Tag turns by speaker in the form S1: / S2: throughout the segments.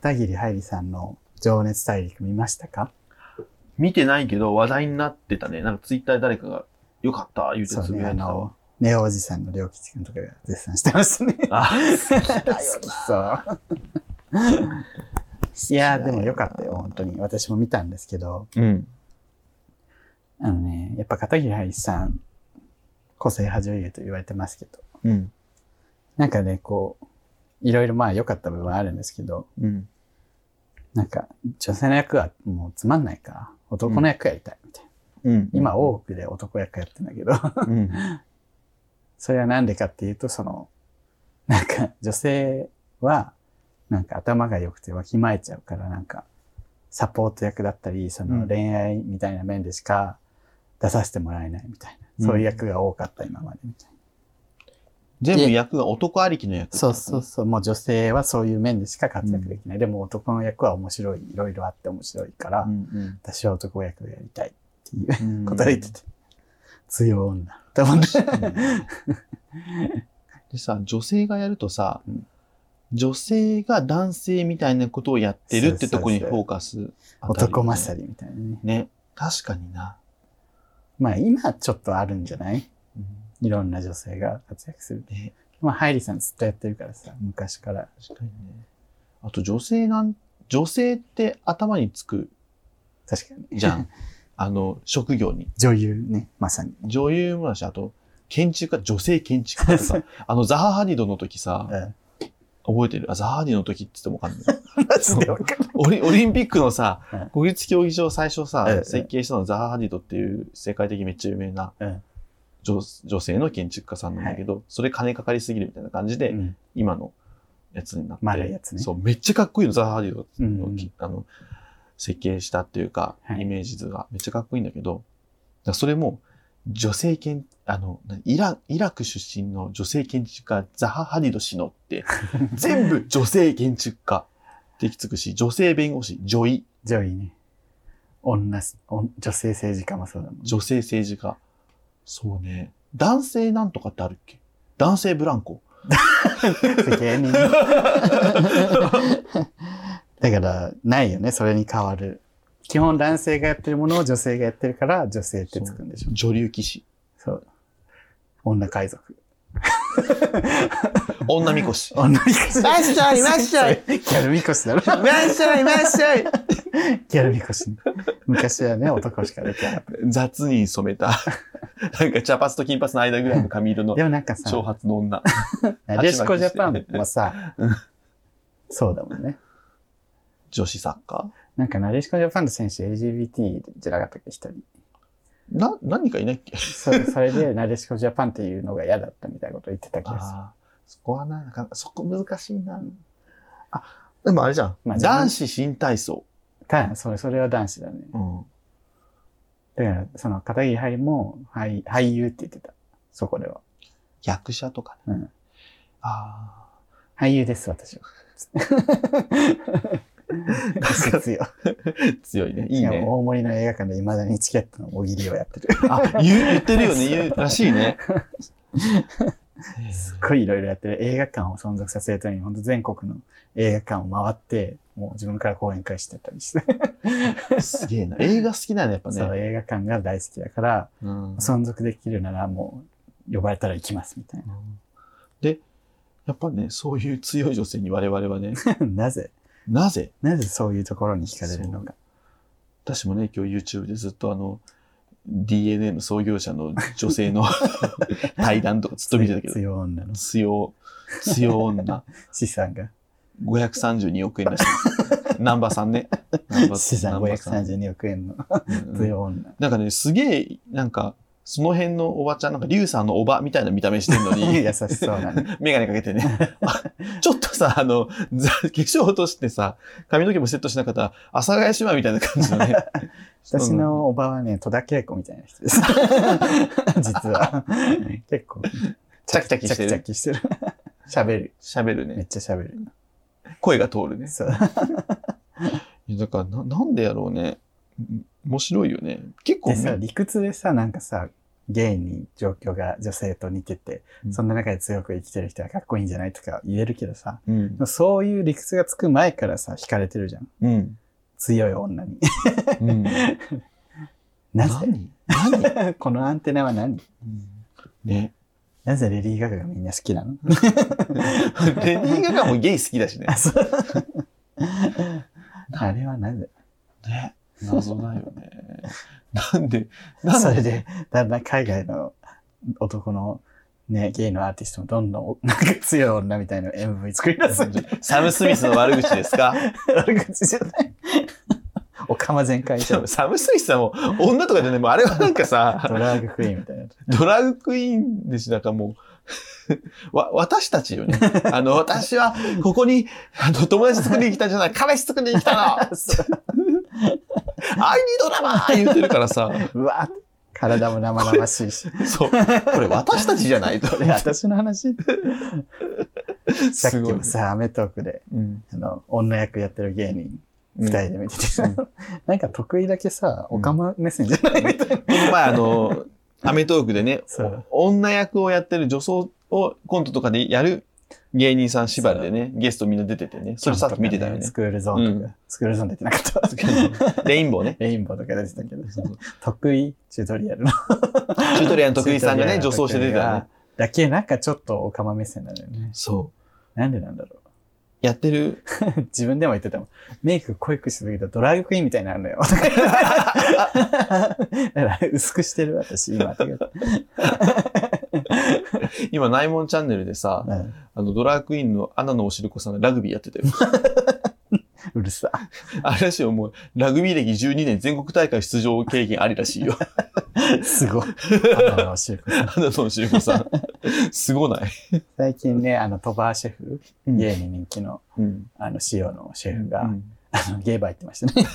S1: 片桐はいりさんの情熱大陸見ましたか
S2: 見てないけど話題になってたね。なんかツイッターで誰かが、よかった、言うて
S1: そ
S2: つ
S1: う
S2: ぶ
S1: ね、
S2: や
S1: あ
S2: いてたわ。
S1: の、ネオおじさんのりょうきちくんとかが絶賛してましたね。
S2: あ、
S1: 好きそう。いやー、でもよかったよ、本当に。私も見たんですけど、
S2: うん。
S1: あのね、やっぱ片桐はいりさん、個性派女優と言われてますけど、
S2: うん。
S1: なんかね、こう、いろいろまあ良かった部分はあるんですけど、
S2: うん。
S1: なんか、女性の役はもうつまんないから、男の役やりたいみたいな。
S2: うん。
S1: 今、大奥で男役やってんだけど、
S2: うん。
S1: それはなんでかっていうと、その、なんか、女性は、なんか頭が良くてわきまえちゃうから、なんか、サポート役だったり、そうの
S2: ん
S1: 恋愛みたいな面でしか出させてもらえないみたい
S2: うん
S1: な。そういう役が多かった、今までみたいな。
S2: 全部役が男ありきの役。
S1: そうそう。そう。もう女性はそういう面でしか活躍できない。でも男の役は面白い。いろいろあって面白いから、
S2: うん
S1: 私は男役をやりたいっていう
S2: うん。
S1: ことを言ってて。強い女。と思って。
S2: でさ、女性がやるとさ
S1: うん、
S2: 女性が男性みたいなことをやってるってとこに
S1: そう
S2: フ
S1: そうそう
S2: ォーカス当たるよね。
S1: 男勝りみたいなね。
S2: ね。確かにな。
S1: まあ今ちょっとあるんじゃない
S2: うん
S1: いろんな女性が活躍する。
S2: ね。
S1: まあ、ハイリさんずっとやってるからさ、昔から。
S2: 確かにね。あと女性なん、女性って頭につく
S1: 確か に。
S2: じゃん。あの、職業に。
S1: 女優ね、まさに。
S2: 女優もだし、あと、建築家、女性建築家と か、あの、ザハハディドの時さ
S1: う、ん。
S2: 覚えてるあ、ザハハディドの時って言ってもわかんない。
S1: マジでわかる。
S2: オリオリンピックのさ
S1: うん、
S2: 国立競技場最初さ
S1: うん、
S2: 設計したのザハハディドっていう世界的にめっちゃ有名な
S1: うん
S2: 女女性の建築家さんなんだけど、それ金かかりすぎるみたいな感じ
S1: う
S2: で、
S1: ん。
S2: 今のやつになって。
S1: 丸いやつね
S2: そう、めっちゃかっこいいの、ザハハディド
S1: う
S2: の
S1: ん
S2: き。あの、設計したっていうか、
S1: はい
S2: イメージ図がめっちゃかっこいいんだけど、だからそれも、女性建、あの、何イラ、イラク出身の女性建築家、ザハ・ハディド氏の って、全部女性建築家ってきつくし、女性弁護士、女医、
S1: 女優ね。女す、女女性政治家もそうだもんね。
S2: 女性政治家。そうね。男性なんとかってあるっけ男性ブランコ。
S1: 性芸 人。だから、ないよね、それに変わる。基本男性がやってるものを女性がやってるから、女性ってつくんでしょ。
S2: 女流騎士。
S1: そう。女海賊。
S2: 女み こし。
S1: 女みこし。
S2: らっしゃいいらっ しゃい
S1: ギャルみこしだろ。
S2: いらっしゃいいらっしゃい
S1: ギャルみこしね。昔はね、男しかでき なかっ
S2: 雑に染めた、 なんか茶髪と金髪の間ぐら いの髪色
S1: た。
S2: の
S1: でもなんかさ、
S2: 長髪の女。
S1: なでしこジャパンもさ
S2: うん、
S1: そうだもんね。
S2: 女子サッカ
S1: なんかなでしこジャパンの選手 LGBT じゃなかったっけ、一人。
S2: ーな、何かいないっけ
S1: そ れそれでなでしこジャパンっていうのが嫌だったみたいなこと言ってた気がする。
S2: ああ、そこはな、なんかそこ難しいな。あ、でもあれじゃん。
S1: まあ
S2: 男子新体操。
S1: ただ、それ、それは男子だね。
S2: うん。
S1: だから、その、片桐はいりも俳、俳優って言ってた。そこでは。
S2: 役者とかね。
S1: うん
S2: あ
S1: 俳優です、私 は。説よ。
S2: あ、強いね。いい
S1: しか
S2: ね。
S1: も大森の映画館で未だにチケットのおぎりをやってる。
S2: あ、言う言ってる よね。言うらしいね。
S1: すっごいいろいろやってる。映画館を存続させるために、本当全国の映画館を回って、もう自分から講演会してたりして。
S2: すげえな。映画好きだね、やっぱ
S1: そ
S2: ね
S1: う、。映画館が大好きだから、
S2: うん
S1: 存続できるならもう、呼ばれたら行きます、みたい
S2: で、やっぱね、そういう強い女性に我々はね、
S1: な。 なぜ
S2: なぜ
S1: なぜそういうところに惹かれるのか。
S2: 私もね、今日 YouTube でずっとあの、DNA の創業者の女 性の対談とかずっと見てたけど、
S1: 強い女の
S2: 強、強女、
S1: 資産が。
S2: 532億円らしい。ナンバーさんね。ナンバー
S1: 資産
S2: ナンバーさん
S1: 532億円の
S2: うんうん
S1: 強い女。
S2: なんかね、すげえ、なんか、その辺のおばちゃん、なんか、リュウさんのおばみたいな見た目してんの に、
S1: 優しそうな ね。
S2: メガネかけてね。あちょっとさ、あの、ざ化粧落としてさ、髪の毛もセットしなかったら、阿佐ヶ谷姉妹みたいな感じのね。
S1: 私のおばはね、戸田恵子みたいな人 です。実は。結構。
S2: チャキチャキしてる
S1: チャキチャキしてる。喋る。
S2: 喋る
S1: めっ
S2: ね。
S1: ちゃ喋る。
S2: 声が通るね。
S1: そう。
S2: いやだからな、なんでやろうね。ん面白いよね。結構
S1: でさ、理屈でさ、なんかさ、ゲイに状況が女性と似てて、
S2: うん
S1: そんな中で強く生きてる人はかっこいいんじゃないとか言えるけどさ、
S2: うん。
S1: そういう理屈がつく前からさ、惹かれてるじゃん。
S2: うん。
S1: 強い女 に。
S2: うん。
S1: なぜ
S2: 何何、
S1: このアンテナは何
S2: ね。
S1: なぜレディー・ガガがみんな好き なの
S2: レディー・ガガもゲイ好きだしね
S1: あ。そうあれはなぜ
S2: ね。謎だよね。なんで、な ん
S1: そ
S2: で
S1: れで、だんだん海外の男のね、ゲイのアーティストもどんどんなんか強い女みたいな MV 作り出 すんじゃん。
S2: サム・スミスの悪口で すか
S1: 悪口じゃない。おかま全開じ
S2: で
S1: ゃん
S2: も。サム・スミスさんも女とかじゃない、もうあれはなんか
S1: ド
S2: さ、
S1: ラッグクイーンみたいな。
S2: ドラッグクイーンでし、なんかもう、 わ、私たちよね。あの、私は、ここに、あの、友達作りに来たんじゃない、彼氏作りに来たのアイニードラマー言ってるからさ、
S1: うわー体も生々しいし。
S2: そう、これ 私たちじゃないと
S1: こ。れ私の 話さっき
S2: すごい
S1: も。さ、アメトークで、
S2: うん。
S1: あの、女役やってる芸人
S2: う
S1: 二
S2: ん
S1: 人で見ててさ、
S2: うん
S1: なんか得意だけさ、
S2: うん
S1: オカマ目線じゃないみたいな。
S2: この前あの、アメトークでね
S1: そう、
S2: 女役をやってる女装をコントとかでやる芸人さん縛りでね、ゲストみんな出ててね、それさっき見てたよね
S1: ス。クールゾーンとか、
S2: う
S1: スクールゾーン出てなかった。
S2: レインボーね。
S1: レインボーとか出てたけど、
S2: そうそう
S1: 得意チュートリアルの。
S2: チュートリアルの得意さん がね、女装して出てたよね。。
S1: だけなんかちょっとオカマ目線なんだよね。
S2: そう。
S1: なんでなんだろう。
S2: やってる。
S1: 自分でも言ってたもん。メイク濃くしすぎたドラッグクイーンみたいになるのよ。 だから薄くしてる私、今。
S2: 今、ナイモンチャンネルでさ、
S1: うん
S2: あの、ドラァグクイーンのアナのおしるこさんがラグビーやってたよ。
S1: うるさ。
S2: あれらしいよ、もう、ラグビー歴12年全国大会出場経験ありらしいよ。
S1: すごい。あのシェフ
S2: アナのおしるこさん。すごない。
S1: 最近ね、あの、鳥羽シェフ、
S2: うん
S1: ゲイに人気の、
S2: うん。
S1: あの、塩のシェフが、
S2: うん
S1: あのゲイバー行ってましたね。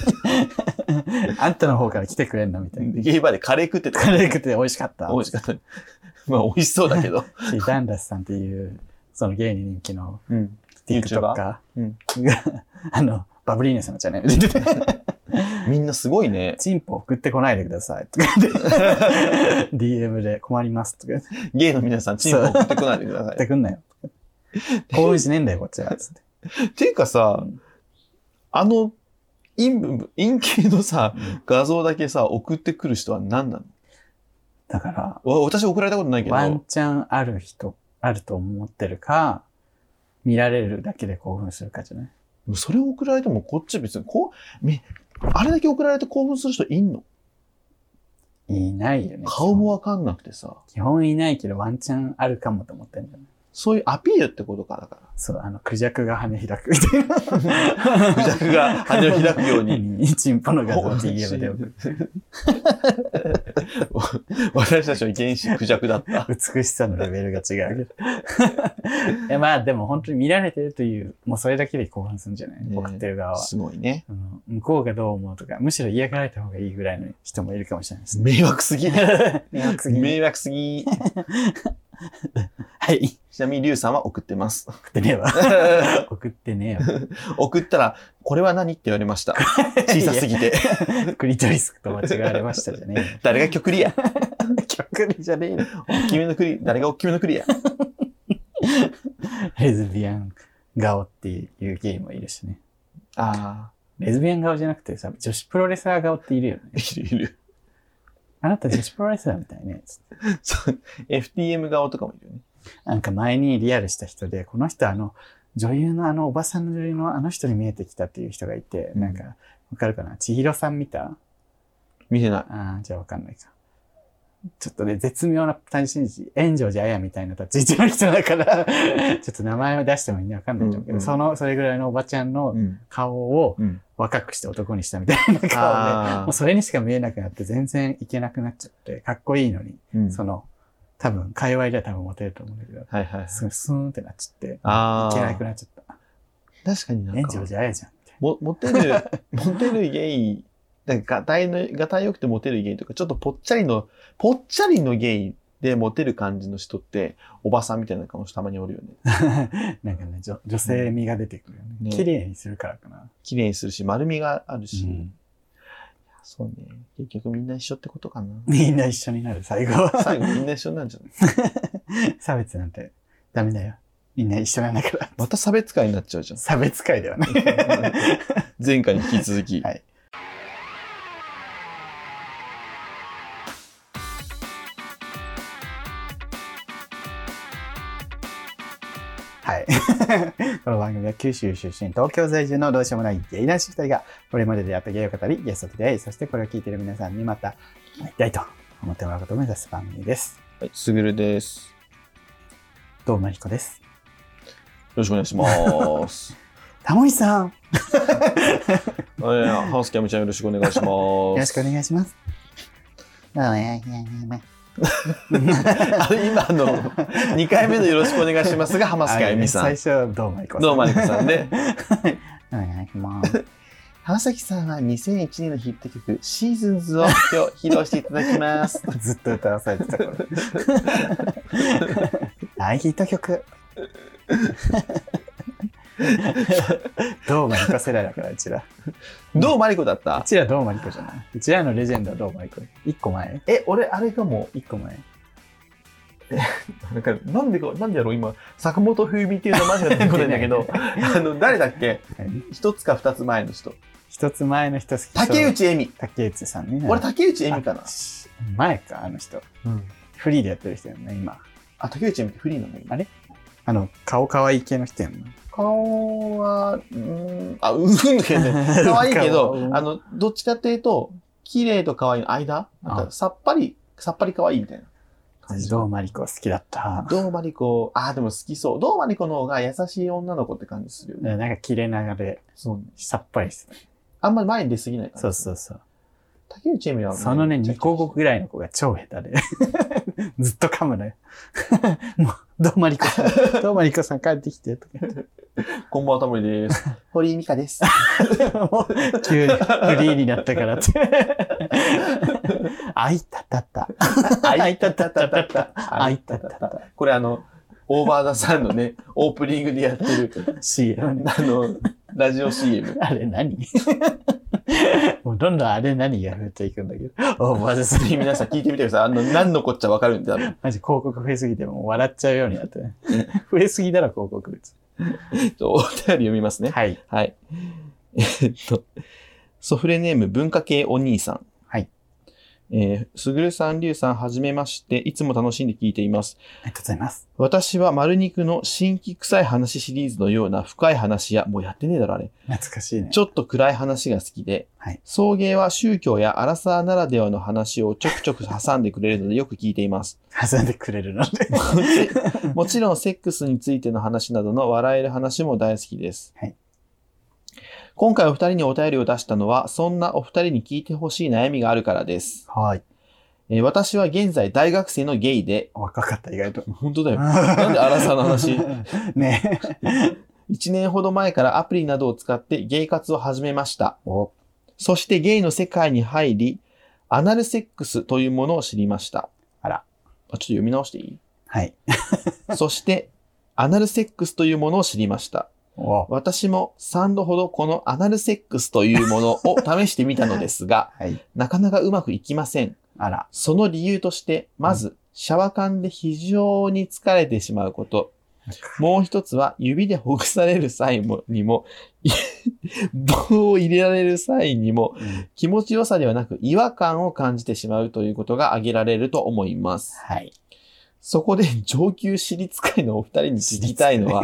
S1: あんたの方から来てくれんのみたいな。
S2: ゲイバーでカレー食ってた
S1: カレー食って美味しかった。
S2: 美味しかった。まあ、美味しそうだけど。
S1: しダンダスさんっていう、そのゲイに人気の
S2: うん。
S1: TikToker が、
S2: うん
S1: あの、バブリーネさんのチャンネ ルで出てて、
S2: みんなすごいね。
S1: チンポ送ってこないでくださ い。とか言って DM で困ります。とか言って、
S2: ゲイの皆さん、チーム送ってこないでくださ
S1: 送ってくんなよ。興奮しねえんだよ、こっちは。つって。
S2: い。っていうかさ、あの、陰部、陰茎のさ、画像だけさ、送ってくる人は何なの
S1: だから、
S2: わ私送られたことないけど。
S1: ワンチャンある人、あると思ってるか、見られるだけで興奮するかじゃない
S2: それ送られてもこっち別に、こう、みあれだけ送られて興奮する人いんの
S1: いないよね。
S2: 顔もわかんなくてさ、
S1: 基本いないけどワンチャンあるかもと思ってんだよね。
S2: そういうアピールってことかだか
S1: そう、あの、クジャクが羽開くみたいな。
S2: クジャクが羽を開くよう
S1: に。 チンポの
S2: ら。
S1: 画像を DM で送る
S2: 私たちは遺伝子クジャクだった。
S1: 美しさのレベルが違うけ ど。いやまあでも本当に見られてるという、もうそれだけで興奮するんじゃない、
S2: ね
S1: 送ってる側は。
S2: すごいね。
S1: あの向こうがどう思うとか、むしろ嫌がられた方がいいぐらいの人もいるかもしれないですね。
S2: 迷惑すぎ。
S1: 迷惑すぎる
S2: 迷惑すぎ。
S1: はい。
S2: ちなみに、リュウさんは送って ます。
S1: 送ってねえわ。 送ってねえわ。
S2: 送ったら、これは何って言われま した。小さすぎて。
S1: クリトリスと間違われましたじゃ ね
S2: 誰が曲クリや。
S1: えよ。曲にじゃねえよ。
S2: 大きめのクリ、誰が大きめのクリや。
S1: レズビアン顔っていうゲームもいるしね。
S2: ああ、
S1: レズビアン顔じゃなくてさ、女子プロレスラー顔っているよね。
S2: いるいる。
S1: あなた女子プロレスラーみたいね。つって
S2: そう FTM 顔とかもいるよね。
S1: なんか前にリアルした人で、この人あの、女優のあのおばさんの女優のあの人に見えてきたっていう人がいて、
S2: うん
S1: なんか、わかるかな千尋さん見た
S2: 見てない。
S1: ああ、じゃあわかんないか。ちょっとね、絶妙な単身時、炎上寺綾みたいな立ち位置の人だから、 ちょっと名前を出してもみんなわかんないと思うけど、
S2: うんうん
S1: その、それぐらいのおばちゃんの
S2: ん。
S1: 顔を
S2: うん。
S1: 若くして男にしたみたいな顔で、
S2: あ
S1: もうそれにしか見えなくなって全然いけなくなっちゃって、かっこいいのに、
S2: ーうん
S1: その、多分、界隈では多分モテると思うんだけど、
S2: はいはい。
S1: すごいスーンってなっちゃって、
S2: あ
S1: いけな
S2: あ
S1: く。なっちゃった。
S2: 確かになん
S1: 炎
S2: か
S1: 上、寺綾じゃん。 みたい
S2: もモテ る、モテるゲイ、なんか、がたいの、がたいよくてモテるゲイとか、ちょっとぽっちゃりの、ぽっちゃりのゲイでモテる感じの人って、おばさんみたいな顔したまにおるよね。
S1: ななんかね、女女性味が出てくるよね。
S2: ね
S1: 綺麗にするからかな。。
S2: 綺麗にするし、丸みがあるし。そうね。結局みんな一緒ってことかな
S1: みんな一緒になる、最 後は。
S2: 最後みんな一緒なん じゃない
S1: 差別なんてダメだよ。みんな一緒なんだから。
S2: また差別化になっち ゃうじゃん。
S1: 差別界ではね。
S2: 前回に引き続き。
S1: はい はい。この番組は九州出身、東京在住のどうしようもないゲイ男子2人が、これまででやったゲイを語り、ゲストと出会い、そしてこれを聞いている皆さんにまた会いたいと思ってもらうことを目指す番組です。
S2: はい、すぐるです。
S1: どうもりこです。
S2: よろしくお願い します。
S1: タモリさん、よ
S2: あいやハウスキャミちゃんよろしくお願いします。よ
S1: ろしくお願いします。どうもよろしくお願いします
S2: あ 今の2回目のよろしくお願いしますが、浜
S1: あ
S2: 崎あゆみさ
S1: 最
S2: ん。
S1: 初はどうもいこう。
S2: どうもあゆみさん で。
S1: お願いします。
S2: 浜崎さんは2001年のヒット曲、シーズンズを今日披露していただきます。
S1: ずっと歌わされてた頃。大ヒット曲。どうもいこ世代だから、うちら。
S2: どうマリコだっ
S1: う
S2: た
S1: ちらどうもいこじゃない。うちらのレジェンドはどうもいこ。一個前
S2: え、俺、あれかも。
S1: 一個前。
S2: なんか、なんでか、なんでやろう、今、坂本冬美っていう名前しか出てこないんだけど、あの、誰だっけ一つか二つ前の人。
S1: 一つ前の人好き
S2: 竹。内恵美。
S1: 竹内さんね。
S2: 俺、竹内恵美かな
S1: あ。し前か、あの人。
S2: うん。
S1: フリーでやってる人やんね、今。
S2: あ、竹内恵美ってフリーなんだよ。
S1: あれあの、顔可愛い系の人やんな。
S2: 顔は、うーん、あ、うんだけどね。可愛いけ
S1: 顔
S2: ど
S1: う、ん
S2: あの、どっちかっていうと、綺麗と可愛いの間なんかさっぱり、さっぱり可愛いみたいな感じ。
S1: どうマリコ好きだった。
S2: どうマリコ、あーでも好きそう。どうマリコの方が優しい女の子って感じするよね。
S1: なんか切れ長で、
S2: そうね。
S1: さっぱりして
S2: あんまり前に出すぎない
S1: た。
S2: から。
S1: そうそうそう。
S2: 竹内恵美は、
S1: そのね、
S2: めちゃ
S1: 2
S2: くちゃ
S1: 項国ぐらいの子が超下手で。 ずっと噛むのよ。 もう、どうもりこさ ん、どうもりこさん帰ってきて、とか言っ
S2: こんばんは、タモリです。堀井美香です。
S1: て。もう、急にフリーになったからって。 あいたたた。あいたたたたた。あいたたた。
S2: これあの、オーバーザさんのね、オープニングでやってる、
S1: CM ね。
S2: あの、ラジオ CM。
S1: あれ何 もうどんどんあれ何が増えていくんだけど。おマジす
S2: ぜひ皆さん聞いてみてください。あの、何のこっちゃわかるんで、多分
S1: マジ広告増えすぎてもう笑っちゃうようになってね。増えすぎだろ、広告物。
S2: ちょっとお便り読みますね。
S1: はい。
S2: はい。えっと、ソフレネーム文化系お兄さん。
S1: はい。
S2: えー、すぐるさん、りゅうさん、はじめまして。いつも楽しんで聞いています。
S1: ありがとうございます。
S2: 私は丸肉の新規臭い話シリーズのような深い話や、もうやってねえだろ、あれ。
S1: 懐かしいね。
S2: ちょっと暗い話が好きで、
S1: はい
S2: 送迎は宗教やアラサーならではの話をちょくちょく挟んでくれるのでよく聞いています。
S1: 挟んでくれるので。
S2: もちろんセックスについての話などの笑える話も大好きです。
S1: はい
S2: 今回お二人にお便りを出したのは、そんなお二人に聞いてほしい悩みがあるからです。
S1: はい。
S2: えー私は現在大学生のゲイで、
S1: 若かった、意外と。
S2: 本当だよ。
S1: なん
S2: で荒さの話
S1: ねえ。
S2: 1年ほど前からアプリなどを使ってゲイ活を始めました。
S1: お、
S2: そしてゲイの世界に入り、アナルセックスというものを知りました。
S1: あら
S2: あ。ちょっと読み直していい
S1: はい。
S2: そして、アナルセックスというものを知りました。
S1: お、
S2: 私も3度ほどこのアナルセックスというものを試してみたのです が、
S1: はい。
S2: なかなかうまくいきません。
S1: あら。
S2: その理由として、まず、シャワ缶で非常に疲れてしまうこと。もう一つは、指でほぐされる際も、にも、 い棒を入れられる際にも、気持ちよさではなく違和感を感じてしまうということが挙げられると思います。
S1: はい。
S2: そこで 上級尻使いのお二人に聞きたいのは、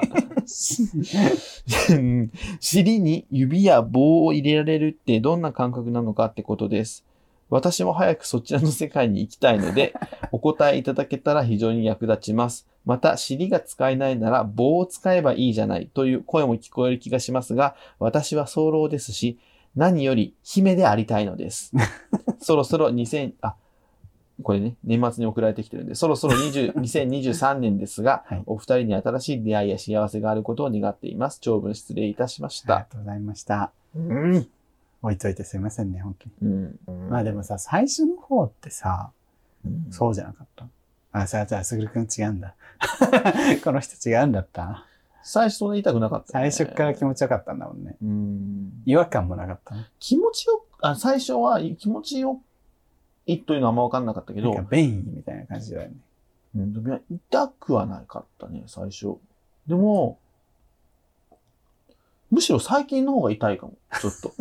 S2: うん尻に指や棒を入れられるってどんな感覚なのかってことです。私も早くそちらの世界に行きたいので、お答えいただけたら非常に役立ちます。また、尻が使えないなら棒を使えばいいじゃないという声も聞こえる気がしますが、私は早漏ですし、何より姫でありたいの です。そろそろ2000、あ、これね、年末に送られてきてるんで、そろそろ20 2023年ですが、
S1: はい
S2: お二人に新しい出会いや幸せがあることを願っています。長文失礼いたしまし
S1: ありが
S2: た。
S1: とうございました。
S2: うん。
S1: 置いといてすいませんね、本当に。
S2: うん。
S1: まあでもさ、最初の方ってさ、
S2: うん、
S1: そうじゃなかった。あ、さあ、じゃあ、すぐるくん違うんだ。 この人違うんだった。
S2: 最初そんな痛くなかった、
S1: 最初っから気持
S2: 持ち。
S1: ちよかったんだもんね。
S2: うん。
S1: 違和感もなかったね。
S2: 気持ちよあ最初は気持ちよいというのはあんま分かんなかったけ
S1: なん
S2: ど
S1: か、便意みたいな感じだよね。
S2: うん、でもいや痛くはなかったね、最初。でも、むしろ最近の方が痛いかも、ちょっ と。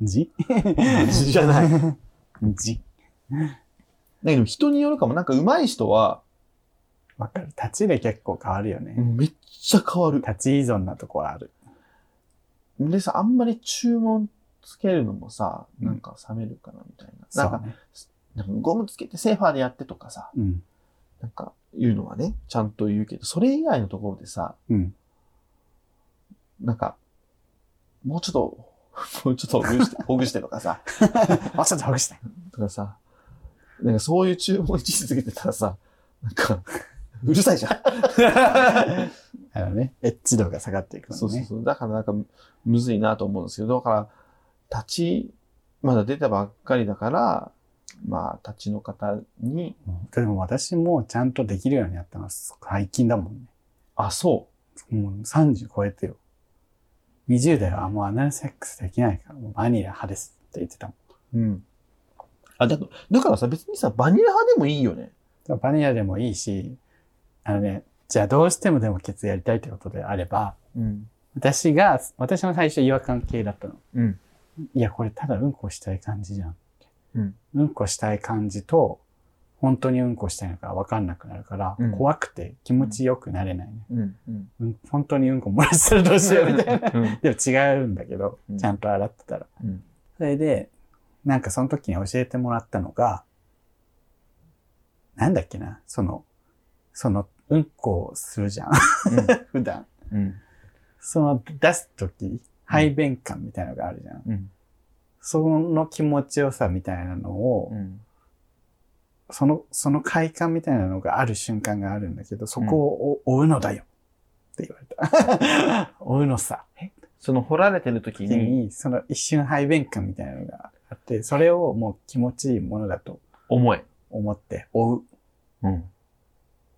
S1: じ
S2: じゃない。だけ
S1: じ。
S2: ど人によるかも、なんか上手い人は、
S1: わかる。立ちで結構変わるよね。
S2: めっちゃ変わる。
S1: 立ち依存なとこはある。
S2: でさ、あんまり注文つけるのもさ、なんか冷めるかな、みたいな。なん
S1: そ
S2: か、
S1: うね。
S2: なんかゴムつけてセーファーでやってとかさ、
S1: うん。
S2: なんか言うのはね、ちゃんと言うけど、それ以外のところでさ、
S1: うん。
S2: なんか、もうちょっと、 もうちょっとほぐして、ほぐしてとかさ、
S1: あ、ちょっとほぐした。
S2: とかさ、なんかそういう注文し続けてたらさ、なんか、うるさいじゃん。
S1: あのね、エッジ度が下がっていくのね。
S2: そうそうそう。だからなんか、むずいなと思うんですけど、だから、立ち、まだ出たばっかりだから、まあ、立ちの方に、
S1: うんでも私もちゃんとできるようになったのは最近だもんね。
S2: あ、そ
S1: もう30超えてよ。20代はもうアナルセックスできないから、もうバニラ派ですって言ってたもん。
S2: う。うん。あ、だから、だからさ、別にさ、バニラ派でもいいよね。
S1: だからバニラでもいいし、あのね、じゃあどうしてもでもケツやりたいってことであれば、
S2: うん。
S1: 私が、私も最初違和感系だったの。
S2: うん。
S1: いや、これただうんこしたい感じじゃん。
S2: うん。
S1: うんこしたい感じと、本当にうんこしたいのか分かんなくなるから、
S2: うん
S1: 怖くて気持ちよくなれないね。
S2: うん。うん。
S1: うん、本当にうんこ漏らしたらどうしようみたいな。
S2: うん。
S1: でも違うんだけど
S2: う、ん
S1: ちゃんと洗ってたら。
S2: うん
S1: それで、なんかその時に教えてもらったのが、なんだっけな、その、その、うんこをするじゃん、 普段。
S2: うん。
S1: その出す時、排便感みたいなのがあるじゃん。
S2: うん。
S1: その気持ちよさみたいなのを、
S2: うん。
S1: その、その快感みたいなのがある瞬間があるんだけど、そこを追うのだよって言われ た。追うのさ。
S2: その、掘られてる時
S1: 時
S2: に
S1: に、その一瞬排便感みたいなのがあって、それをもう気持ちいいものだと
S2: 重い。
S1: 思って追う。
S2: うん。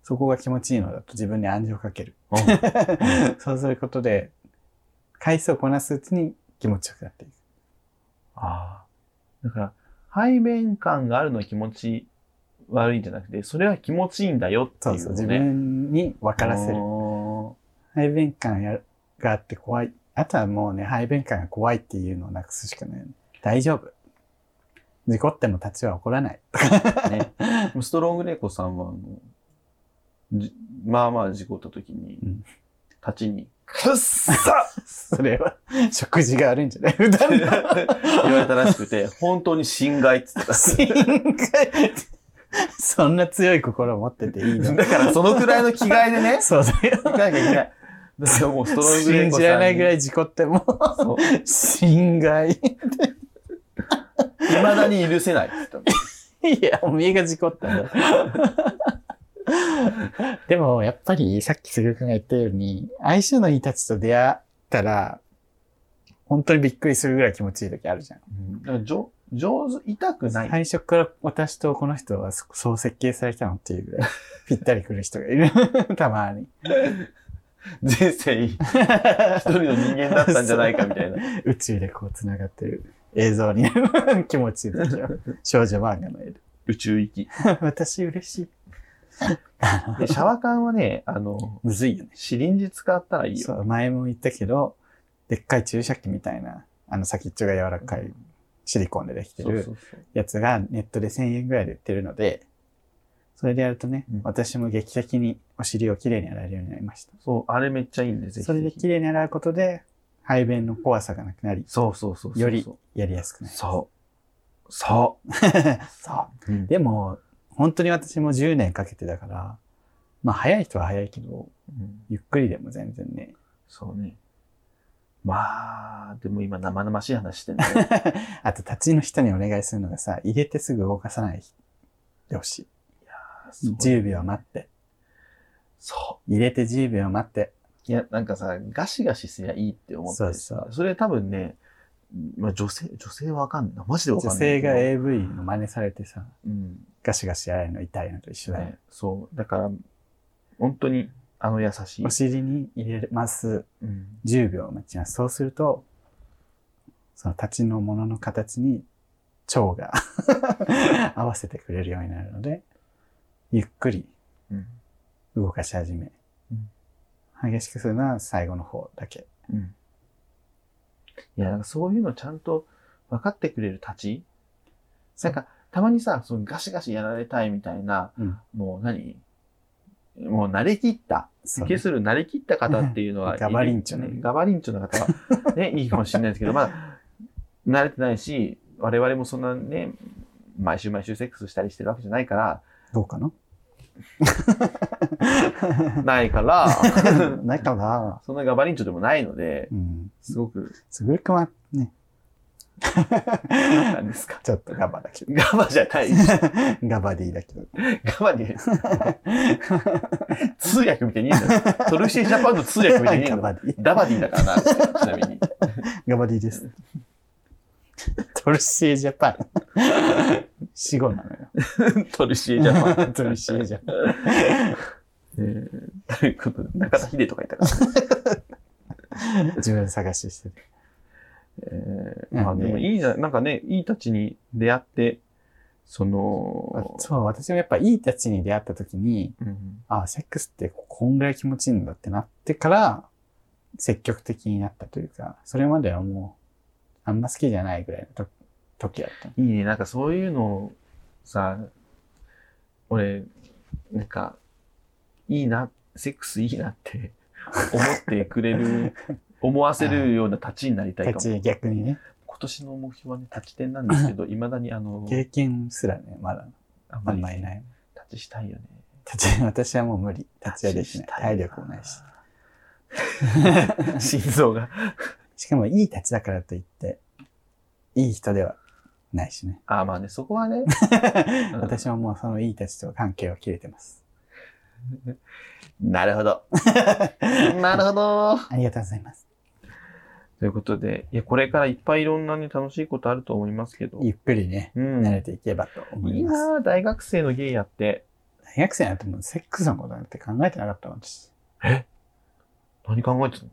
S1: そこが気持ちいいのだと自分に暗示をかける。 そうすることで、回数をこなすうちに気持ちよくなっていく。
S2: ああ。だから、背面感があるのは気持ち悪いんじゃなくて、それは気持ちいいんだよって
S1: そ
S2: いうう
S1: そう、
S2: のをね。
S1: 自分に分からせる。
S2: る。
S1: 排便感やがあって怖い。あとはもうね、排便感が怖いっていうのをなくすしかないよね。大丈夫。事故っても立ちは起こらない。
S2: ね、ストロングレイコさんはあのじまあまあ事故った時に、
S1: うん
S2: 立ちに「くっさ!
S1: それは、食事が悪いんじゃ ない普」段
S2: 言
S1: の
S2: われたらしくて本当に心外っつってた
S1: 心外そんな強い心を持ってていい の
S2: だからそのくらいの気概でね
S1: そうだよ。
S2: いかなきゃいけないだからもうストロングレ
S1: 信
S2: イコさん
S1: じ
S2: に
S1: られないぐらい事故っても、
S2: い
S1: 心外。い
S2: まだに許せないっつってた
S1: や、おめえが事故ったんだ。 でも、やっぱり、さっきすぐくんが言ったように、相性のいいたちと出会ったら、本当にびっくりするぐらい気持ちいい時あるじゃん。
S2: うんだからじょ上手痛くない
S1: 最初から私とこの人はそそう設計されたのっていうぐ らい、ぴったりくる人がいる。 たまに。
S2: 人生一人の人間だったんじゃないかみたいな
S1: 宇宙でこう繋がってる映像に気持ちいい時 は少女漫画の絵で
S2: 宇宙行き
S1: 私嬉しい
S2: でシャワー缶はねあの
S1: むずいよね
S2: シリンジ使ったらいいよ
S1: そう前も言ったけどでっかい注射器みたいなあの先っちょが柔らかいシリコンでできて
S2: そう
S1: る
S2: そうそう
S1: やつがネットで1000円ぐらいで売ってるのでそれでやるとね、
S2: うん
S1: 私も劇的にお尻をきれいに洗えるようになりました
S2: そう、あれめっちゃいいんで、ぜひぜひ。
S1: それできれいに洗うことで排便の怖さがなくなり
S2: そうそうそうそう。
S1: よりやりやすくなる
S2: そう。そう。
S1: そう
S2: うん
S1: でも、本当に私も10年かけてだから、まあ早い人は早いけど、
S2: うん
S1: ゆっくりでも全然ね。
S2: そうね。まあ、でも今生々しい話して んだよ
S1: あと立ちの人にお願いするのがさ、入れてすぐ動かさないでほしい。10秒待って。
S2: そ
S1: 入れて10秒待って。
S2: う。いや、なんかさ、ガシガシすりゃいいって思って
S1: そう
S2: る
S1: そう。
S2: それ多分ね、まあ女性、女性はわかんないな。マジでわか
S1: 女
S2: んない。
S1: 性が AV の真似されてさ、
S2: うん。
S1: ガシガシやられるの痛いのと一緒だよ。
S2: ねそう。だから、本当に、あの優しい
S1: お。尻に入れます。
S2: うん
S1: 10秒待ちます。そうすると、その立ちのものの形に蝶が 合わせてくれるようになるので、ゆっくり
S2: うん。
S1: 動かし始め、激しくするのは最後の方だけ。
S2: うん。いや、なんかそういうのちゃんと分かってくれるたちなんか、たまにさ、そのガシガシやられたいみたいな、
S1: うん
S2: もう何もう慣れきった。
S1: そう
S2: 受けする慣れきった方っていうの は、
S1: ガバリンチョね
S2: ね。ガバリンチョの方は、 ね、いいかもしれないですけど、まだ、慣れてないし、我々もそんなね、毎週毎週セックスしたりしてるわけじゃないから、
S1: どうか な
S2: ないから、
S1: ないかな、
S2: そんなガバリンチョでもないので、
S1: うん、
S2: すごく、
S1: すぐるくんはね、
S2: なんですか
S1: ちょっとガバだけど。
S2: ガバじゃない。
S1: ガバディだけど。
S2: ガバで、通訳みたいに言えんだよ。トルシエジャパンの通訳みたいに言え
S1: ガ
S2: んだよ。
S1: バディ。
S2: ダバディだからな、ちなみに。
S1: ガバディです。トルシエジャパン。死後なのよ。
S2: トルシエジャパン。
S1: トルシエジャパン。
S2: えーということで、中田秀とかいたから。
S1: 自分探ししてる。
S2: えーまあでもいいじゃん、なんかね、いいたちに出会って、その、
S1: そう、私もやっぱいいたちに出会った時に、
S2: うん
S1: ああ、セックスってこんぐらい気持ちいいんだってなってから、積極的になったというか、それまではもう、あんま好きじゃないぐらいのと時だった。
S2: いいね、なんかそういうのをさ、俺、なんか、いいな、セックスいいなって思ってくれる、 思わせるような立ちになりたいかも。
S1: 立ち逆にね、
S2: 今年の目標はね、立ち点なんですけ ど、いまだにあの、
S1: 経験すらね、まだ
S2: あん
S1: あ
S2: ま
S1: ん
S2: り
S1: まりない。
S2: 立ちしたいよね。
S1: 立ち、 私はもう無理。立ちはできない
S2: 立。ちした
S1: 体
S2: い
S1: 力もないし。
S2: 心臓が。
S1: しかもいい立ちだからといって、いい人ではないしね。
S2: あ、まあね、そこはね、ん
S1: 私はもうそのいい立ちと関係を切れてます。
S2: なるほど。 なるほど。
S1: ありがとうございます。
S2: ということで、いや、これからいっぱいいろんなね、楽しいことあると思いますけど。
S1: ゆっくりね、
S2: うん。
S1: 慣れていけばと思
S2: い
S1: い
S2: い
S1: ます。
S2: なあ大学生のゲイやって。
S1: 大学生になってもセックスのことなんて考えてなかった私。
S2: 何考えてたの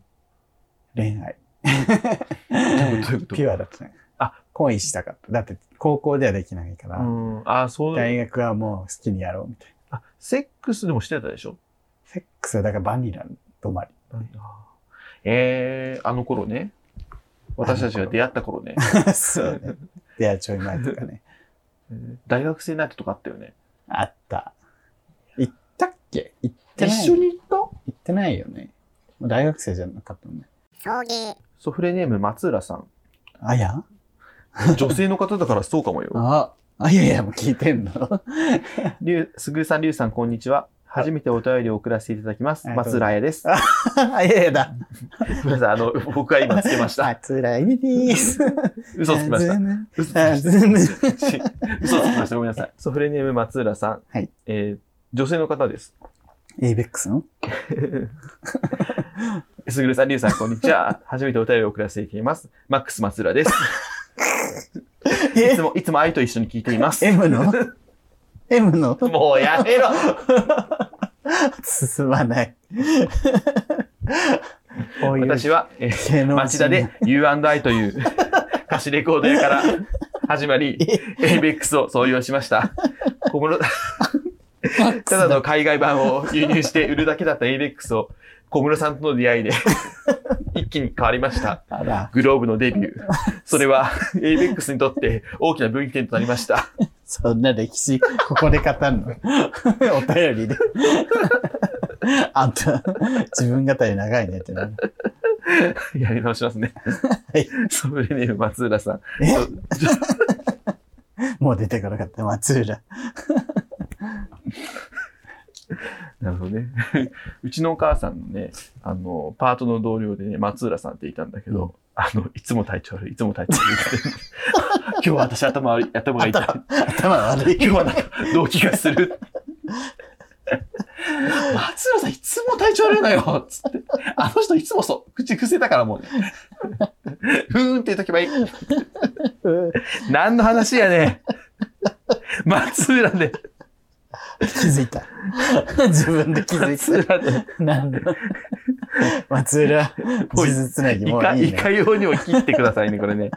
S1: 恋愛。
S2: ういうこ と
S1: ピュアだったね。
S2: あ、
S1: 恋したかった。だって高校ではできないから、
S2: うん。あ、そう
S1: 大学はもう好きにやろうみたいな。
S2: あ、セックスでもしてたでしょ
S1: セックスはだからバニラ止 まり。
S2: あえー、あの頃ね。私たちが出会った頃ね。
S1: そうね。出会いちょい前とか ね。
S2: 大学生になってとかあったよね。
S1: あった。行ったっけ行って
S2: 一
S1: ない。
S2: 緒に行った
S1: 行ってないよね。もう大学生じゃなかったもんね。
S2: ソフレネーム松 浦さん。
S1: あや
S2: 女性の方だからそうかもよ。
S1: あ、あ、いやいや、もう聞いてんの。
S2: りゅう、すぐるさん、りゅうさん、こんにちは。初めてお便りを送らせていただきます。
S1: ありがとうご
S2: 松浦彩 で す。
S1: あ、いやいやだ。
S2: ごめんなさい、あの、僕は今つけました。
S1: あ、辛いです。
S2: 嘘つきました。
S1: た。
S2: 嘘つきま
S1: あ全然
S2: した。嘘つきました。ごめんなさい。ソフレネーム松浦さん。
S1: はい
S2: えー女性の方です。
S1: エイベックス の
S2: すぐるさん、りゅうさん、こんにちは。初めてお便りを送らせていただきます。マックス松浦です。い
S1: え
S2: つも、いつも愛と一緒に聞いています。
S1: M の ?M の
S2: もうやめろ
S1: 進まない。こういう
S2: 私は、えー
S1: 芸能人
S2: 町田で U&I という 歌詞レコード屋から始まり、ABEX を創業しました。小室
S1: マックス
S2: ただの海外版を輸入して売るだけだった ABEX を小室さんとの出会いで 一気に変わりました。
S1: あら、
S2: グローブのデビュー。それは ABEX にとって大きな分岐点となりました。
S1: そんな歴史、ここで語るの。 お便りで。あんた、自分語り長いねってなる。
S2: やり直しますね。
S1: はい
S2: ソムリエネーム松浦さん。
S1: もう出てこなかった、松浦。
S2: なるほどね。うちのお母さんのね、あの、パートの同僚でね、松浦さんっていたんだけど、
S1: うん
S2: あの、いつも体調悪い、いつも体調悪い って。今日は私頭悪い、頭が痛い。
S1: 頭悪い。
S2: 今日はなんか、動悸がする。松浦さん、いつも体調悪いのよつって。あの人、いつもそう。口癖だからもうね。ふーんって言っとけばいい。何の話やねん。松浦で、
S1: 気づいた。自分で気づい
S2: 松浦で。
S1: た。なんだ。 松浦、地図つなぎ
S2: い
S1: もう
S2: か、
S1: いい
S2: い
S1: ね。
S2: かようにも切ってくださいね、これね。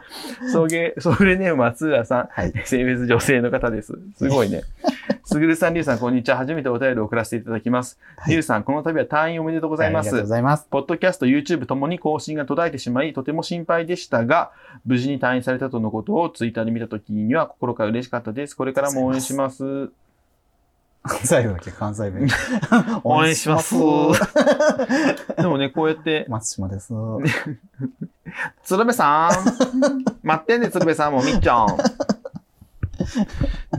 S2: 送迎、送迎ね、松浦さん。
S1: はい。
S2: 性別女性の方です。すごいね。すぐるさん、りゅうさん、こんにちは。初めてお便りを送らせていただきます。
S1: はい
S2: りゅうさん、この度は退院おめでとうございま
S1: ありがとう
S2: す
S1: ご。ざいます。
S2: ポッドキャスト、YouTube ともに更新が途絶えてしまい、とても心配でしたが、無事に退院されたとのことをツイッターで見たときには心から嬉しかったです。これからも応援します。
S1: 最後だけ関西 弁。
S2: 応援します。でもね、こうやって、
S1: 松島 です。
S2: 鶴瓶さん待ってね、鶴瓶さんも、みっちゃん。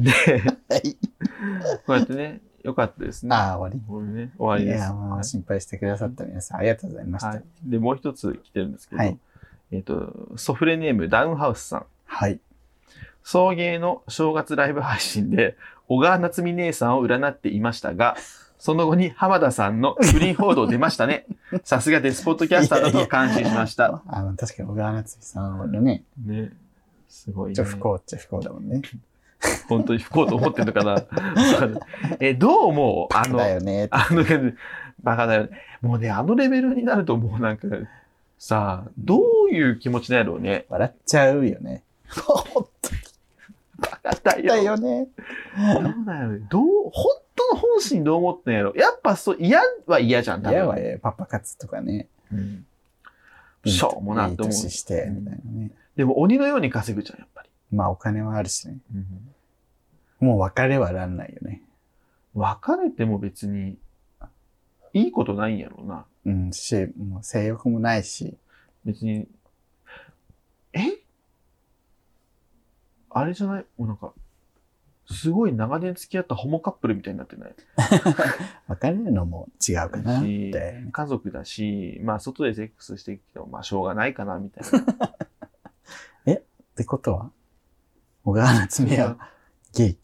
S2: で、こうやってね、よかったですね。
S1: ああ、終
S2: これね、終わ
S1: わり。
S2: り
S1: い
S2: です。
S1: や、もう心配してくださった皆さん、ありがとうございました。
S2: は
S1: はいい。。
S2: で、もう一つ来てるんですけど、
S1: はい
S2: えっ、と、ソフレネーム、ダウンハウスさん。送迎の正月ライブ配信で、小川夏美姉さんを占っていましたが、その後に浜田さんの不倫報道出ましたね。さすがデスポットキャスターだと感心しました。
S1: あの、確かに小川夏美さんのね、
S2: ね。すごい
S1: ちょ
S2: ね
S1: っ。と不幸っちゃ不幸だもんね。
S2: 本当に不幸と思ってるのかな。わ かんないえ、どう思うあの
S1: だ、よね。
S2: あの、バカだよね。もうね、あのレベルになるともうなんか、さあ、どういう気持ちなんやろうね。
S1: 笑っちゃうよね。本
S2: バカだ
S1: 当だ
S2: よ。
S1: よね。
S2: どうだよね。どう、本当の本心どう思ってんやろ。やっぱそう、嫌は嫌じゃん、多
S1: い
S2: 分
S1: やわえ、パパ活とかね。
S2: うんしょうもない
S1: い
S2: と思う。
S1: 年して、みたいなね。
S2: でも鬼のように稼ぐじゃん、やっぱり。
S1: まあ、お金はあるしね。もう別れはらんないよね。
S2: 別れても別に、いいことないんやろうな。
S1: うん、し、もう性欲もないし。
S2: 別に、えあれじゃないもうなんか、すごい長年付き合ったホモカップルみたいになってない
S1: 別れるのも違うかなって。
S2: 家族だし、まあ外でセックスしてきても、まあしょうがないかな、み たいな。
S1: ってことは小川夏美はゲイ。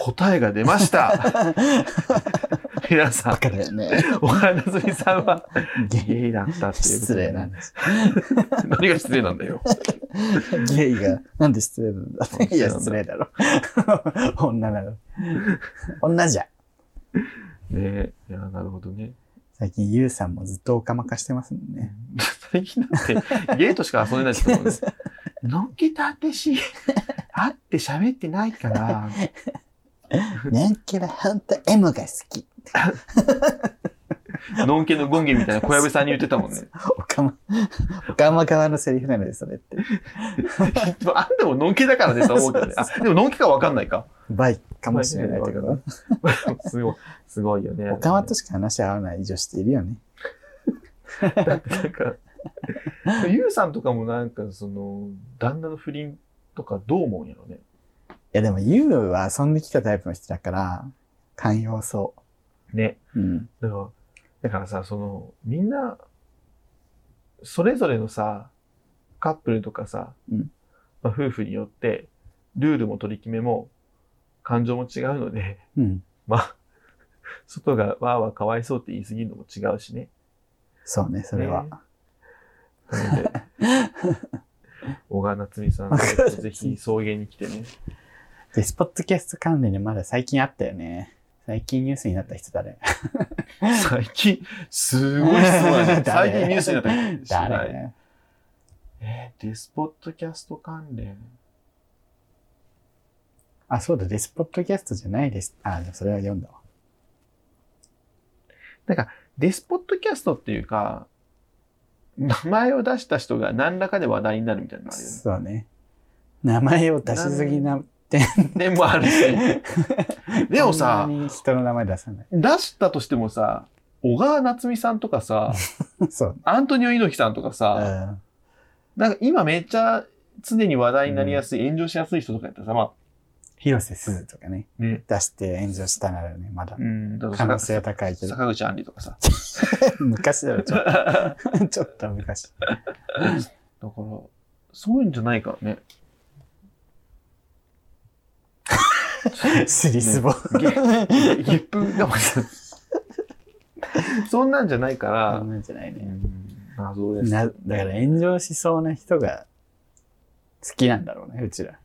S2: 答えが出ました
S1: バ
S2: 皆さん、
S1: カだよね。
S2: お花なずみさんは
S1: ゲイ。
S2: ゲイだったっていうこと
S1: 失
S2: で
S1: 礼なんです。
S2: 何が失礼なんだよ。
S1: ゲイが、なんで失礼なんだって。いや、
S2: 失
S1: 失
S2: 礼
S1: 礼だろ。 女なの。女じゃ。
S2: ねえ、いや、なるほどね。
S1: 最近、ゆうさんもずっとおかまかしてますもんね。
S2: 最近なんて、ゲートしか遊んでないですもんね。のんきたてし、会って喋ってないから、
S1: 年季はほんと M が好き。
S2: のんけのゴンゲみたいな小籔さんに言ってたもんね。
S1: おか ま、おかま側のセリフなので、それって。
S2: でもあんでものんけだからねと思うけどね。あ、でものんけかわかんないか。
S1: バイかもしれないってこと
S2: すごい、すごいよね。
S1: おかまとしか話し合わない女子っているよね。
S2: だってなんか、 ゆうさんとかもなんか、その、旦那の不倫とかどう思うんやろね。
S1: いやでも、ユウは遊んできたタイプの人だから、寛容そ
S2: ね。
S1: う。うん。
S2: だから、だからさ、その、みんな、それぞれのさ、カップルとかさ、
S1: うん
S2: まあ、夫婦によって、ルールも取り決めも、感情も違うので、
S1: うん。
S2: まあ、外がわーわーかわいそうって言い過ぎるのも違うし ね。
S1: そうね、それは。
S2: ねなので、小川夏美さん、
S1: わかる
S2: ぜひ送迎に来てね。
S1: で、スポットキャスト関連でまだ最近あったよね。最近ニュースになった人誰。
S2: 最近、すごい質問だね最近ニュースになった人知らない
S1: 誰
S2: えーデスポットキャスト関連。
S1: あ、そうだ、デスポットキャストじゃないです。あ、でもそれは読んだわ。
S2: デスポットキャストっていうか、名前を出した人が何らかで話題になるみたいなのあるよ
S1: そうね。名前を出しすぎな、
S2: ね。でもある し。でも
S1: そ
S2: さ
S1: ん、なに人の名前出さ ない。
S2: 出したとしてもさ、小川夏美さんとかさ、
S1: そう。
S2: アントニオ猪木さんとか
S1: う
S2: さ、
S1: ん。
S2: なんか今めっちゃ常に話題になりやすい、炎上しやすい人とかやったらさ、ま
S1: 広瀬すずとかね、
S2: あ、ね。
S1: 出して炎上したならね、まだ
S2: う。ん、だ
S1: 可
S2: から
S1: 能
S2: 坂
S1: 性高いけ ど。
S2: 坂口杏里と かさ。
S1: 昔だろ、ちょっ
S2: だか
S1: と ちょっと昔。
S2: ら、そういうんじゃないから ね。
S1: スリスボ。
S2: ゲゲップがまた そんなんじゃないか
S1: そ
S2: ら
S1: ん、なんじゃないね。
S2: 謎です。
S1: な、だから炎上しそうな人が好きなんだろうね、うちら。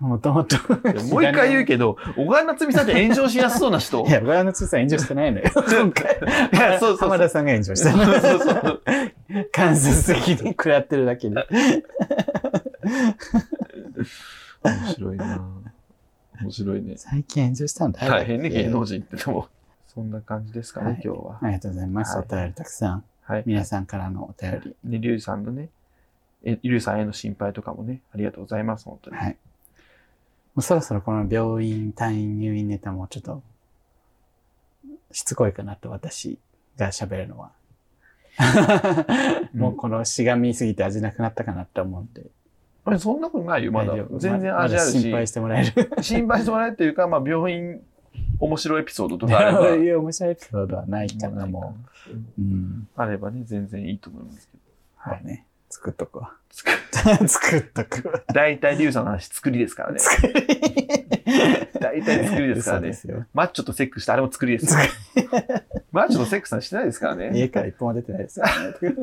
S1: もともと。
S2: いやもう一回言う
S1: け
S2: けど、小川夏美さんって炎上しやすそうな人。
S1: いや、ご覧の通さん炎上してないのよ。今回。
S2: そうそうそう
S1: 浜田さんが炎上し
S2: そう
S1: た。
S2: そうそう。
S1: 間接的に食らってるだけで。
S2: 面白いな面白いね。
S1: 最近炎上したんだ。
S2: 大変ね、芸能
S1: 人。
S2: 人ってでも。そんな感じですか
S1: は
S2: ね
S1: い、
S2: 今日は
S1: あ。りがとうございます。
S2: はい
S1: お便りたくさん。
S2: はい。
S1: 皆さんからのお便り。
S2: で、リュウジさんのね、えリュウジさんへの心配とかもね、ありがとうございます、本当に。
S1: はい。もうそろそろこの病院、退院、入院ネタもちょっと、しつこいかなと私が喋るのは。もうこのしがみすぎて味なくなったかなって思うんで。
S2: あれそんなことないよ、まだ
S1: 大丈。夫
S2: 全然
S1: ま
S2: 味ある
S1: まだ心配
S2: し
S1: し、てもらえる。
S2: 心配してもらえるっていうか、まあ、病院、面白いエピソードとかあれば
S1: そういう面白いエピソードはないかな、も
S2: うないか
S1: う。うん。
S2: なあればね、全然いいと思いますけど。
S1: は
S2: はい
S1: いね。作っとくわ。
S2: つく
S1: 作っとくわ。
S2: 大体、リュウジさんの話、作りですからね。
S1: 作り。
S2: 大体作り ですから
S1: 嘘で
S2: ね。
S1: すよ。
S2: マッチョとセックスして、あれも作 りです。マッチョとセックスなんてしてないですからね。
S1: 家から一歩も出てないですからね。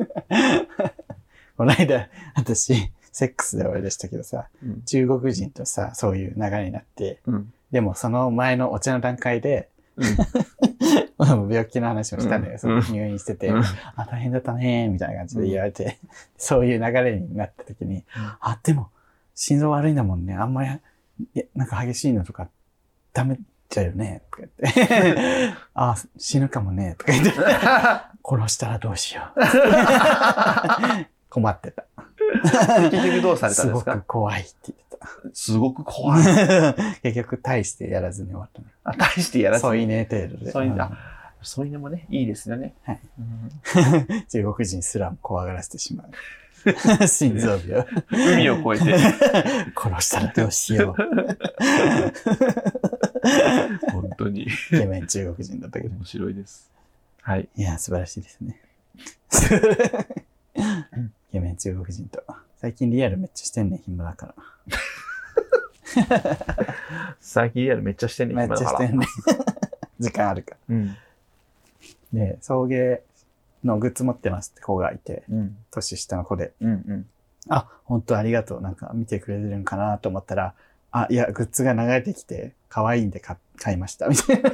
S1: この間、私、セックスで終わりでしたけどさ、
S2: うん
S1: 中国人とさ、そういう流れになって、
S2: うん。
S1: でもその前のお茶の段階で、
S2: うん
S1: 病気の話をしたのよ、
S2: うん
S1: その入院してて、
S2: うん
S1: あ、大変だったね、みたいな感じで言われて、 そういう流れになった時に、あ、でも、心臓悪いんだもんね、あんまり、いやなんか激しいのとか、ダメだよね、とか言っ て、あ、死ぬかもね、とか言って、殺したらどうしよう。困ってた。
S2: 結局どうされた
S1: す
S2: んで
S1: ご
S2: す
S1: く
S2: か
S1: 怖いって
S2: すごく怖
S1: 言
S2: い。
S1: ってた。 結局、大してやらずに終わったね。
S2: あ大してやらせ
S1: 添いね程度で。
S2: 添い寝
S1: うん
S2: あそういうのもね、いいですよね。
S1: はい
S2: うん
S1: 中国人すらも怖がらせてしまう。 心臓 病。
S2: 海を越えて。
S1: 殺したらどうしよう。
S2: 本当に
S1: イケメン中国人だったけど。
S2: 面白いです。はい。
S1: いや、素晴らしいですね。イケメン中国人と。最近リアルめっちゃしてんね、暇だから。
S2: 最近リアルめっちゃしてんね、
S1: めっちゃして
S2: ね。
S1: んね。時間あるから。
S2: うん。
S1: で、送迎のグッズ持ってますって子がいて、
S2: うん。
S1: 年下の子で、
S2: うん。うん。
S1: あ、本当ありがとう。なんか見てくれてるんかなと思ったら、あ、いや、グッズが流れてきて、可愛いんで買買いました。みたいな。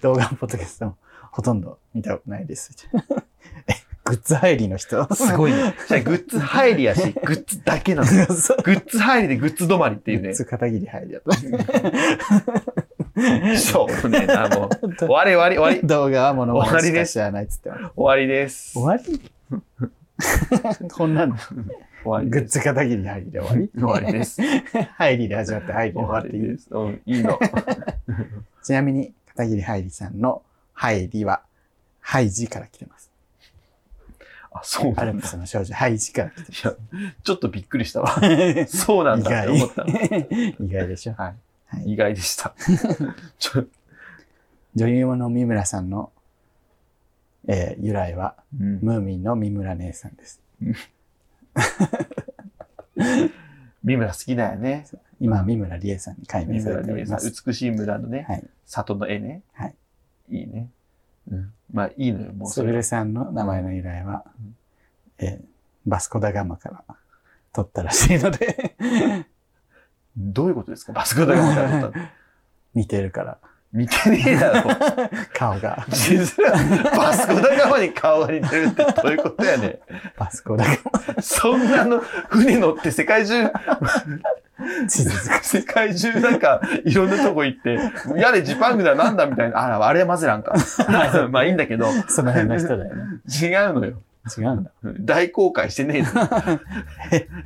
S1: 動画もポッドキャストもほとんど見たことないです。みたいなえ、グッズ入りの人
S2: す
S1: い。
S2: ごいね。じゃあグッズ入りや し、グッズだけなの。
S1: そう
S2: グッズ入りでグッズ止まりっていう
S1: グッ
S2: ね。
S1: ズ片切り入りだった。
S2: そうね。あの、終わり終わり終わり。
S1: 動画は物語
S2: 終わり
S1: しか
S2: です
S1: 知らないっつってます。
S2: 終わりです。
S1: 終わり こんなの。
S2: 終わり
S1: グ
S2: で
S1: ッ
S2: す。
S1: ズ片切り入りで終わり
S2: 終わりです。
S1: 入りで始まって入りで終わっていい
S2: です。うん、いいの。
S1: ちなみに、片桐はいりさんのはいりは、はいじから来てます。
S2: あ、そう
S1: ア
S2: な
S1: ル
S2: ん
S1: プ
S2: だ。
S1: スの少女、はいじから来
S2: いや、ちょっとびっくりしたわ。
S1: てます。
S2: そうなん
S1: 意
S2: だっ
S1: 外
S2: て思った。。
S1: 意外で しょ。
S2: はい。
S1: はい、
S2: 意外で した。ちょ、
S1: 女優の三村さんの、えー由来は、
S2: うん、
S1: ムーミンの三村姉さんです。
S2: 三村好きだよね。
S1: 今、三村理恵さんに改
S2: 三
S1: 名さ
S2: 村
S1: れてお
S2: ね
S1: り
S2: さん
S1: ます。
S2: 美しい村のね、
S1: はい。
S2: 里の絵ね。
S1: はい。
S2: いいね。うん。まあ、いいのよ、もう
S1: す
S2: そ
S1: ぐ
S2: れ。
S1: るさんの名前の由来は
S2: うん、
S1: えーバスコダガマから取ったらしいので、
S2: どういうことですかバスコダガマから撮ったの
S1: 似てるから、
S2: 似てねえだろ。
S1: 顔が。
S2: 実はバスコダガマに顔が似てるってどういうことやね
S1: バスコダガ
S2: そんなの船乗って世界中、
S1: マ。地図作
S2: 世界中なんかいろんなとこ行って、やれジパングだなんだみたいな、あら、あれはマゼランか。 まあいいんだけど、違う
S1: その辺の人だよね。
S2: のよ。
S1: 違うんだ。
S2: 大公開してねえぞ。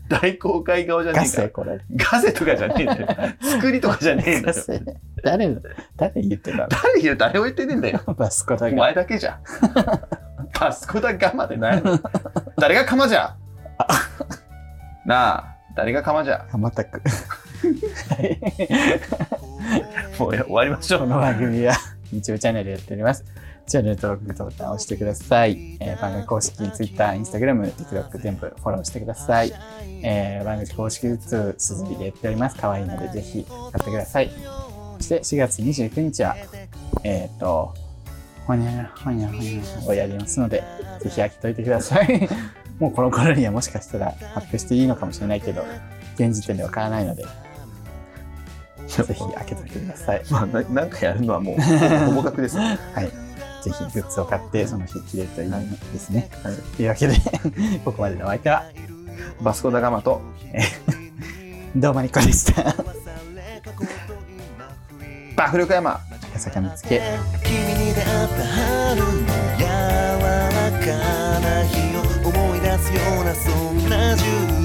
S2: 大公開顔じゃね
S1: ガ
S2: えか
S1: セ
S2: ら。
S1: これ。
S2: ガセとかじゃねえんだよ。作りとかじゃねえんだ
S1: ガ
S2: よ。
S1: セ。誰、誰言ってた
S2: 誰言う誰も言ってねえんだよ。
S1: のバスコだ
S2: お
S1: が。
S2: 前だけじゃ ん。パスコダガマでないの。誰がカマじ ゃ。なあ、誰がカマじゃ。
S1: 浜 田く。
S2: もうや終わりましょ
S1: こ
S2: う。
S1: の番組は YouTube チャンネルやっております。チャンネル登録とボタンを押してください。えー番組公式 Twitter、Instagram、TikTok 全部フォローしてください。えー番組公式グッズ、すずりでやっております。可愛いのでぜひ買ってください。そして4月29日は、えっ、と、ほにゃらほにゃらほにゃらをやりますので、ぜひ飽きといてください。 もうこの頃にはもしかしたら発表していいのかもしれないけど、現時点でわからないので、ぜひ開けといてください。
S2: まあ、ななんかやるのはもう、ほぼ 格です。は
S1: はい。ぜひグッズを買って、その日着れるといいですね。
S2: い。
S1: というわけで、 ここまでのお相手は、
S2: バスコダガマと、
S1: どうもにこで した。
S2: バフルカヤマ。
S1: 高坂みつけ。
S3: 君に出会った春の柔らかな日を思い出すようなそんな10